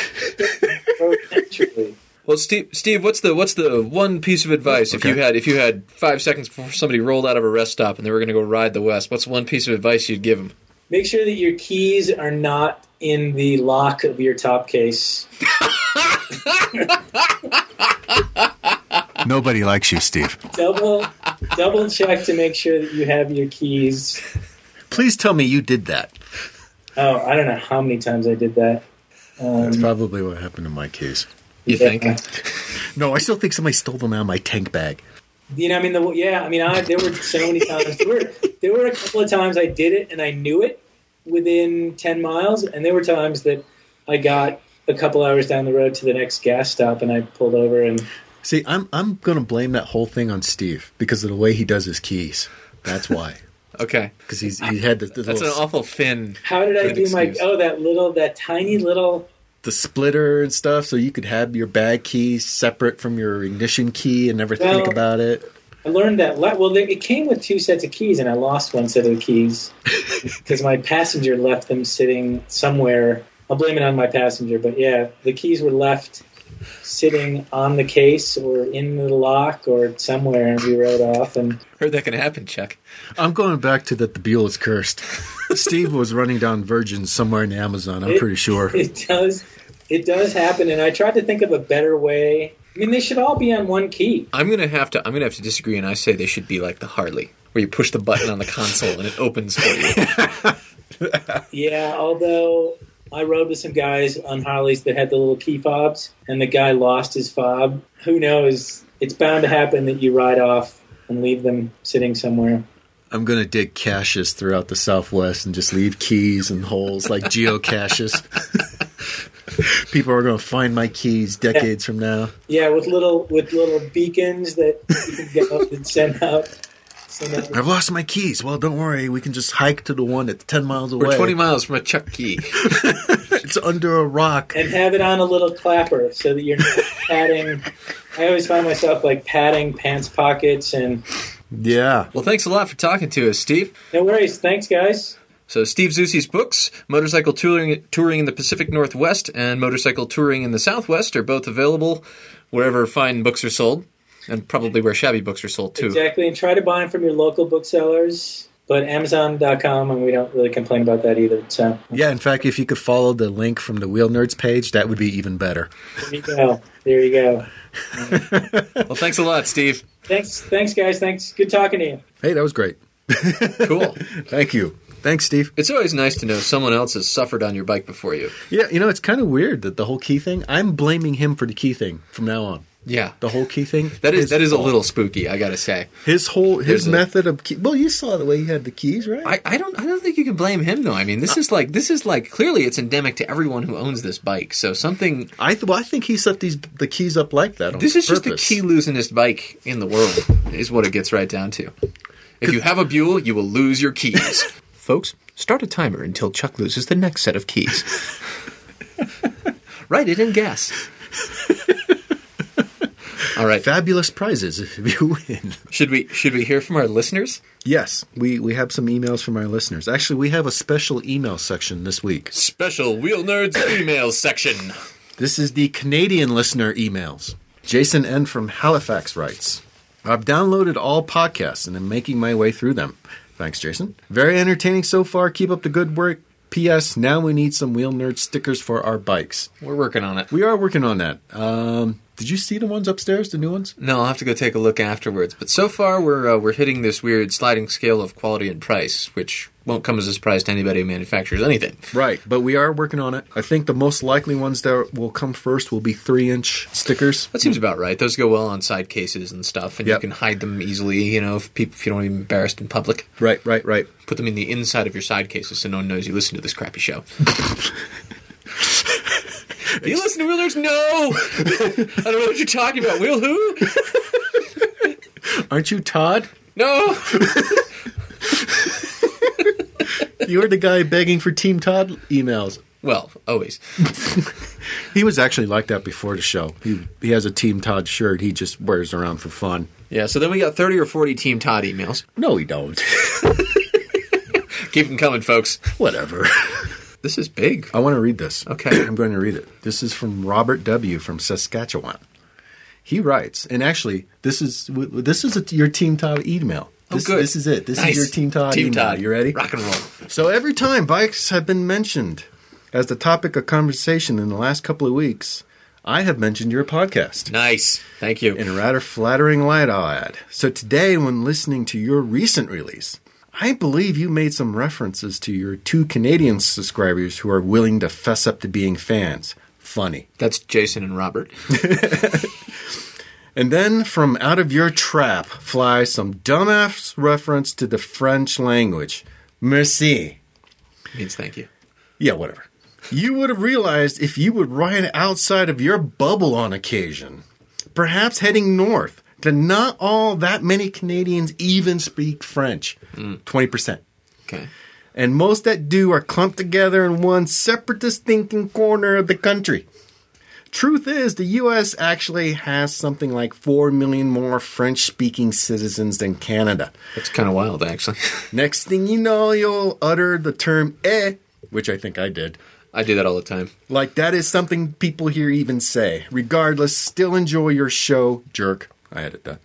Speaker 1: Naturally.
Speaker 2: Well, Steve, Steve, what's the what's the one piece of advice if you
Speaker 3: Okay.
Speaker 2: had if you had five seconds before somebody rolled out of a rest stop and they were going to go ride the West? What's one piece of advice you'd give them?
Speaker 1: Make sure that your keys are not in the lock of your top case.
Speaker 3: Nobody likes you, Steve.
Speaker 1: Double double check to make sure that you have your keys.
Speaker 3: Please tell me you did that.
Speaker 1: Oh, I don't know how many times I did that.
Speaker 3: That's probably what happened in my case.
Speaker 2: You
Speaker 1: Yeah.
Speaker 2: think?
Speaker 3: No, I still think somebody stole them out of my tank bag.
Speaker 1: You know, I mean, the, yeah, I mean, I, there were so many times. There were, there were a couple of times I did it and I knew it within 10 miles, and there were times that I got a couple hours down the road to the next gas stop and I pulled over and
Speaker 3: See, I'm I'm gonna blame that whole thing on Steve because of the way he does his keys. That's why.
Speaker 2: Okay,
Speaker 3: Because he's he had the, the,
Speaker 2: that's an
Speaker 3: little-
Speaker 2: awful thin.
Speaker 1: how did I
Speaker 2: Good
Speaker 1: do
Speaker 2: excuse.
Speaker 1: my, oh, that little, that tiny little,
Speaker 3: the splitter and stuff, so you could have your bag key separate from your ignition key and never think
Speaker 1: Well-
Speaker 3: about it.
Speaker 1: I learned that. le- Well, they, it came with two sets of keys, and I lost one set of the keys because my passenger left them sitting somewhere. I'll blame it on my passenger, but yeah, the keys were left sitting on the case or in the lock or somewhere, and we rode off. And
Speaker 2: Heard that can happen, Chuck.
Speaker 3: I'm going back to that the Buell is cursed. Steve was running down virgins somewhere in the Amazon. I'm
Speaker 1: It-
Speaker 3: pretty sure.
Speaker 1: it does, it does happen. And I tried to think of a better way. I mean, they should all be on one key.
Speaker 2: I'm gonna have to I'm gonna have to disagree, and I say they should be like the Harley, where you push the button on the console and it opens for you.
Speaker 1: Yeah, although I rode with some guys on Harleys that had the little key fobs, and the guy lost his fob. Who knows? It's bound to happen that you ride off and leave them sitting somewhere.
Speaker 3: I'm gonna dig caches throughout the Southwest and just leave keys and holes like geocaches. People are gonna find my keys decades from now.
Speaker 1: Yeah, with little with little beacons that you can get up and send out. Send out.
Speaker 3: I've lost my keys. Well, don't worry. We can just hike to the one that's ten miles away.
Speaker 2: We're 20 miles from a Chuck E. Key.
Speaker 3: It's under a rock.
Speaker 1: And have it on a little clapper so that you're not patting. I always find myself like patting pants pockets and
Speaker 3: Yeah.
Speaker 2: Well, thanks a lot for talking to us, Steve.
Speaker 1: no worries. Thanks, guys.
Speaker 2: So, Steve Zusi's books, Motorcycle Touring, Touring in the Pacific Northwest and Motorcycle Touring in the Southwest, are both available wherever fine books are sold, and probably where shabby books are sold, too.
Speaker 1: Exactly, and try to buy them from your local booksellers. But Amazon.com, and we don't really complain about that either. So
Speaker 3: Yeah. In fact, if you could follow the link from the Wheel Nerds page, that would be even better.
Speaker 1: there you go. There you go.
Speaker 2: Well, thanks a lot, Steve.
Speaker 1: Thanks, thanks, guys. Thanks. Good talking to you.
Speaker 3: Hey, that was great.
Speaker 2: Cool.
Speaker 3: Thank you. Thanks, Steve.
Speaker 2: It's always nice to know someone else has suffered on your bike before you.
Speaker 3: Yeah, you know, it's kind of weird that the whole key thing, I'm blaming him for the key thing from now on.
Speaker 2: Yeah.
Speaker 3: The whole key thing.
Speaker 2: That is
Speaker 3: his
Speaker 2: that is a
Speaker 3: fault.
Speaker 2: little spooky, I gotta say.
Speaker 3: His whole
Speaker 2: There's
Speaker 3: his
Speaker 2: a-
Speaker 3: method of key. Well, you saw the way he had the keys, right?
Speaker 2: I, I don't I don't think you can blame him though. I mean, this is like this is like clearly it's endemic to everyone who owns this bike. So something
Speaker 3: I th- well, I think he set these the keys up like that. On
Speaker 2: this is just the
Speaker 3: purpose.
Speaker 2: key losingest bike in the world is what it gets right down to. If you have a Buell, you will lose your keys. Folks, start a timer until Chuck loses the next set of keys. Write it in gas. All right.
Speaker 3: Fabulous prizes if you win.
Speaker 2: Should we should we hear from our listeners?
Speaker 3: yes, we we have some emails from our listeners. Actually, we have a special email section this week.
Speaker 2: Special Wheel Nerds email section.
Speaker 3: This is the Canadian listener emails. Jason N. from Halifax writes I've downloaded all podcasts and am making my way through them. Thanks, Jason. Very entertaining so far. Keep up the good work. P.S. Now we need some Wheel Nerd stickers for our bikes.
Speaker 2: We're working on it.
Speaker 3: We are working on that. Um, did you see the ones upstairs, the new ones?
Speaker 2: No, I'll have to go take a look afterwards. But so far, we're uh, we're hitting this weird sliding scale of quality and price, which won't come as a surprise to anybody who manufactures anything.
Speaker 3: Right, but we are working on it. I think the most likely ones that will come first will be three inch stickers.
Speaker 2: That seems about right. Those go well on side cases and stuff, and
Speaker 3: Yep.
Speaker 2: you can hide them easily. You know, if people if you don't want to be embarrassed in public,
Speaker 3: Right, right, right.
Speaker 2: put them in the inside of your side cases so no one knows you listen to this crappy show. Do you listen to Wheel Nerds? No, I don't know what you're talking about. Wheel who?
Speaker 3: Aren't you Todd?
Speaker 2: No.
Speaker 3: You're the guy begging for Team Todd emails.
Speaker 2: Well, always.
Speaker 3: He was actually like that before the show. He he has a Team Todd shirt he just wears around for fun.
Speaker 2: Yeah. So then we got thirty or forty Team Todd emails.
Speaker 3: No, he don't.
Speaker 2: Keep them coming, folks.
Speaker 3: Whatever.
Speaker 2: This is big.
Speaker 3: I want to read this.
Speaker 2: Okay.
Speaker 3: I'm going to read it. This is from Robert W. from Saskatchewan. He writes, and actually, this is this is a, your Team Todd email. This,
Speaker 2: Oh, good.
Speaker 3: this is it. This
Speaker 2: Nice.
Speaker 3: is your Team Todd
Speaker 2: Team
Speaker 3: email.
Speaker 2: Todd.
Speaker 3: You ready?
Speaker 2: Rock and roll.
Speaker 3: So every time bikes have been mentioned as the topic of conversation in the last couple of weeks, I have mentioned your podcast
Speaker 2: Nice. Thank you.
Speaker 3: in a rather flattering light, I'll add. So today, when listening to your recent release, I believe you made some references to your two Canadian subscribers who are willing to fess up to being fans. Funny.
Speaker 2: That's Jason and Robert.
Speaker 3: And then from out of your trap flies some dumbass reference to the French language. Merci.
Speaker 2: means thank you.
Speaker 3: Yeah, whatever. You would have realized if you would ride outside of your bubble on occasion, perhaps heading north, that not all that many Canadians even speak French. 20%.
Speaker 2: Okay.
Speaker 3: And most that do are clumped together in one separatist thinking corner of the country. Truth is, the US actually has something like 4 million more French speaking citizens than Canada.
Speaker 2: That's kind of wild, actually.
Speaker 3: Next thing you know, you'll utter the term eh, which I think I did.
Speaker 2: I do that all the time.
Speaker 3: Like that is something people here even say. Regardless, still enjoy your show, jerk. I edit that.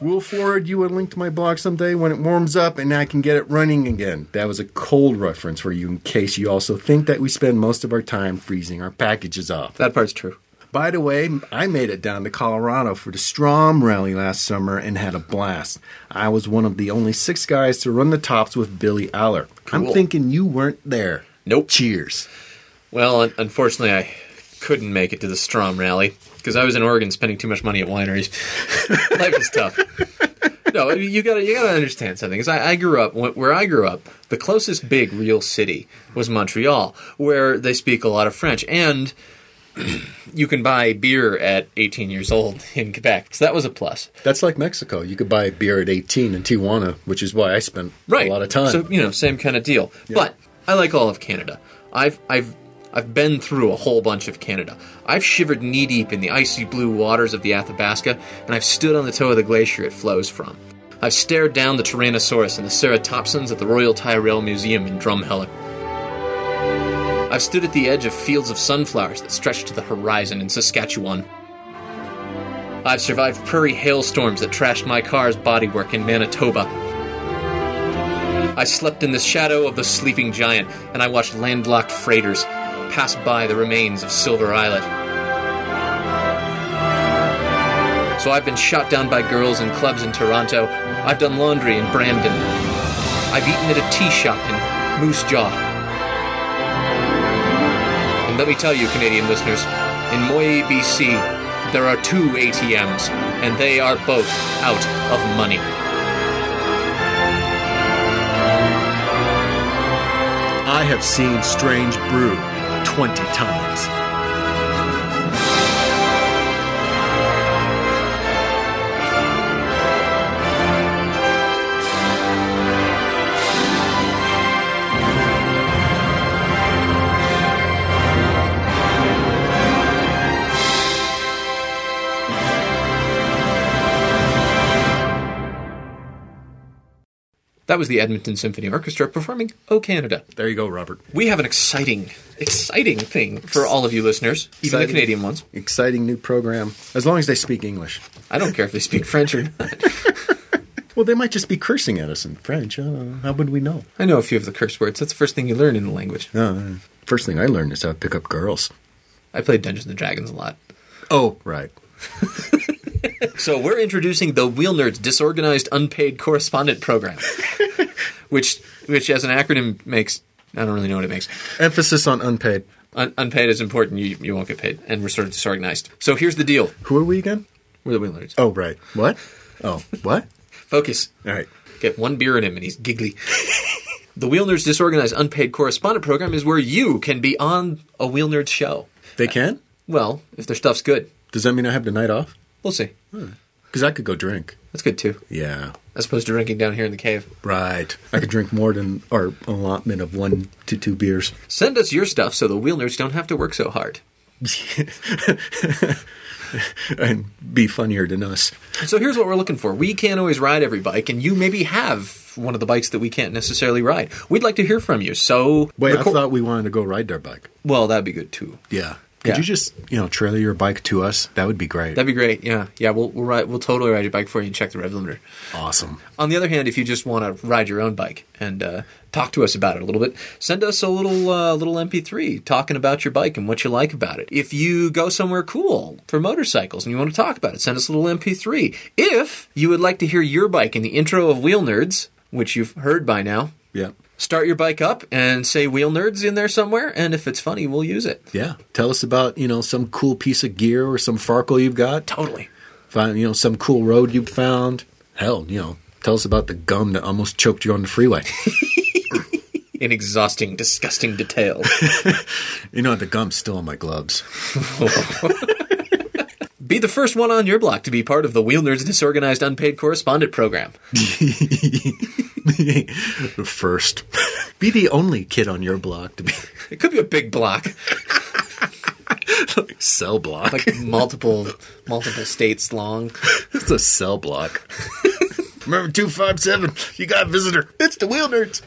Speaker 3: we'll forward you a link to my blog someday when it warms up and I can get it running again. That was a cold reference for you in case you also think that we spend most of our time freezing our packages off.
Speaker 2: That part's true.
Speaker 3: By the way, I made it down to Colorado for the Strom rally last summer and had a blast. I was one of the only six guys to run the tops with Billy Aller. I'm
Speaker 2: Cool.
Speaker 3: thinking you weren't there.
Speaker 2: Nope.
Speaker 3: Cheers.
Speaker 2: Well, un- unfortunately, I couldn't make it to the Strom rally because I was in Oregon spending too much money at wineries. Life is tough. no, I mean, you gotta you gotta understand something. Because I, I grew up wh- where I grew up, the closest big real city was Montreal, where they speak a lot of French, and you can buy beer at 18 years old in Quebec. So that was a plus,
Speaker 3: That's like Mexico. You could buy beer at 18 in Tijuana, which is why I spent
Speaker 2: right?
Speaker 3: a lot of time.
Speaker 2: So you know, same kind of deal. But I like all of Canada. I've I've I've been through a whole bunch of Canada. I've shivered knee deep in the icy blue waters of the Athabasca, and I've stood on the toe of the glacier it flows from. I've stared down the Tyrannosaurus and the Ceratopsans at the Royal Tyrrell Museum in Drumheller. I've stood at the edge of fields of sunflowers that stretch to the horizon in Saskatchewan. I've survived prairie hailstorms that trashed my car's bodywork in Manitoba. I slept in the shadow of the sleeping giant, and I watched landlocked freighters pass by the remains of Silver Islet. So I've been shot down by girls in clubs in Toronto. I've done laundry in Brandon. I've eaten at a tea shop in Moose Jaw. And let me tell you, Canadian listeners, in Moy, BC, there are two ATMs, and they are both out of money.
Speaker 3: I have seen Strange Brew 20 times.
Speaker 2: That was the Edmonton Symphony Orchestra performing O Canada.
Speaker 3: There you go, Robert.
Speaker 2: We have an exciting, exciting thing for all of you listeners, even the
Speaker 3: Exciting.
Speaker 2: Canadian ones.
Speaker 3: Exciting new program. As long as they speak English.
Speaker 2: I don't care if they speak French or not.
Speaker 3: Well, they might just be cursing at us in French. Uh, how would we know?
Speaker 2: I know a few of the curse words. That's the first thing you learn in the language.
Speaker 3: Uh, first thing I learned is how to pick up girls.
Speaker 2: I played Dungeons and Dragons a lot.
Speaker 3: Oh, right.
Speaker 2: So we're introducing the Wheel Nerds Disorganized Unpaid Correspondent Program, which, which as an acronym makes, I don't really know what it makes.
Speaker 3: Emphasis on unpaid.
Speaker 2: Un- unpaid is important. You, you won't get paid, and we're sort of disorganized. So here's the deal.
Speaker 3: Who are we again?
Speaker 2: We're the Wheel Nerds.
Speaker 3: Oh, right. What? Oh, what?
Speaker 2: Focus.
Speaker 3: All right.
Speaker 2: Get one beer in him and he's giggly. the Wheel Nerds Disorganized Unpaid Correspondent Program is where you can be on a Wheel Nerds show.
Speaker 3: They can?
Speaker 2: Well, if their stuff's good.
Speaker 3: Does that mean I have the night off?
Speaker 2: We'll see.
Speaker 3: Because I could go drink.
Speaker 2: That's good too.
Speaker 3: Yeah.
Speaker 2: As opposed to drinking down here in the cave.
Speaker 3: Right. I could drink more than our allotment of one to two beers.
Speaker 2: Send us your stuff so the Wheel Nerds don't have to work so hard.
Speaker 3: and be funnier than us.
Speaker 2: So here's what we're looking for. We can't always ride every bike, and you maybe have one of the bikes that we can't necessarily ride. We'd like to hear from you. So,
Speaker 3: Wait,
Speaker 2: record-
Speaker 3: I thought we wanted to go ride their bike.
Speaker 2: well, that'd be good too.
Speaker 3: Yeah. Could
Speaker 2: Yeah.
Speaker 3: you just, you know, trailer your bike to us? That would be great.
Speaker 2: That'd be great. Yeah, yeah. We'll we'll, ride, we'll totally ride your bike for you and check the rev limiter.
Speaker 3: awesome.
Speaker 2: On the other hand, if you just want to ride your own bike and uh, talk to us about it a little bit, send us a little uh, little MP3 talking about your bike and what you like about it. If you go somewhere cool for motorcycles and you want to talk about it, send us a little MP3. If you would like to hear your bike in the intro of Wheel Nerds, which you've heard by now,
Speaker 3: Yeah.
Speaker 2: start your bike up and say Wheel Nerds in there somewhere, and if it's funny, we'll use it.
Speaker 3: Yeah. Tell us about, you know, some cool piece of gear or some farkle you've got.
Speaker 2: Totally.
Speaker 3: Find, you know, some cool road you've found. Hell, you know, tell us about the gum that almost choked you on the freeway.
Speaker 2: In exhausting, disgusting detail.
Speaker 3: you know, the gum's still on my gloves.
Speaker 2: Be the first one on your block to be part of the Wheel Nerds Disorganized Unpaid Correspondent Program.
Speaker 3: the first. be the only kid on your block to be
Speaker 2: It could be a big block.
Speaker 3: cell block.
Speaker 2: like multiple multiple states long.
Speaker 3: It's a cell block. Remember 257, you got a visitor. It's the Wheel Nerds.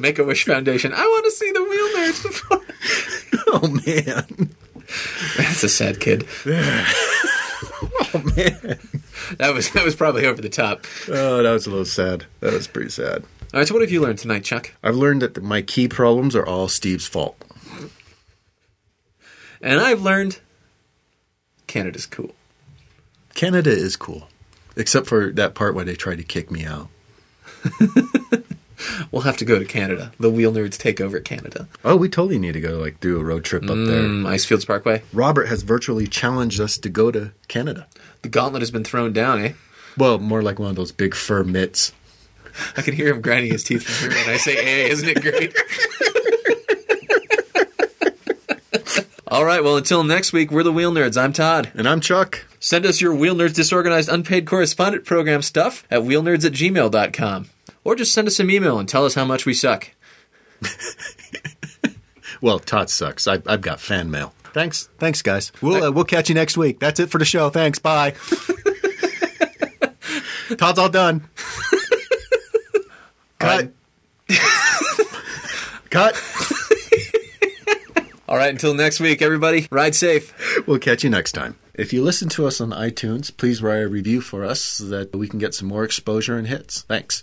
Speaker 2: Make a Wish Foundation. I want to see the Wheel Nerds before.
Speaker 3: Oh, man.
Speaker 2: That's a sad kid.
Speaker 3: Oh, man.
Speaker 2: That was that was probably over the top.
Speaker 3: Oh, that was a little sad. That was pretty sad.
Speaker 2: All right, so what have you learned tonight, Chuck?
Speaker 3: I've learned that my key problems are all Steve's fault.
Speaker 2: And I've learned Canada's cool.
Speaker 3: Canada is cool, except for that part where they tried to kick me out.
Speaker 2: We'll have to go to Canada. The Wheel Nerds take over Canada.
Speaker 3: Oh, we totally need to go, like, do a road trip up there.
Speaker 2: Mm, Icefields Parkway.
Speaker 3: Robert has virtually challenged us to go to Canada.
Speaker 2: The gauntlet has been thrown down, eh?
Speaker 3: Well, more like one of those big fur mitts.
Speaker 2: I can hear him grinding his teeth from here, and I say, "Hey, isn't it great?" All right. Well, until next week, we're the Wheel Nerds. I'm Todd.
Speaker 3: And I'm Chuck.
Speaker 2: Send us your Wheel Nerds Disorganized Unpaid Correspondent Program stuff at wheelnerds at gmail.com. Or just send us an email and tell us how much we suck.
Speaker 3: Well, Todd sucks. I, I've got fan mail. Thanks, thanks, guys. We'll uh, we'll catch you next week. That's it for the show. Thanks. Bye. Todd's all done. Cut. Cut.
Speaker 2: All right. Until next week, everybody, ride safe.
Speaker 3: We'll catch you next time. If you listen to us on iTunes, please write a review for us so that we can get some more exposure and hits. Thanks.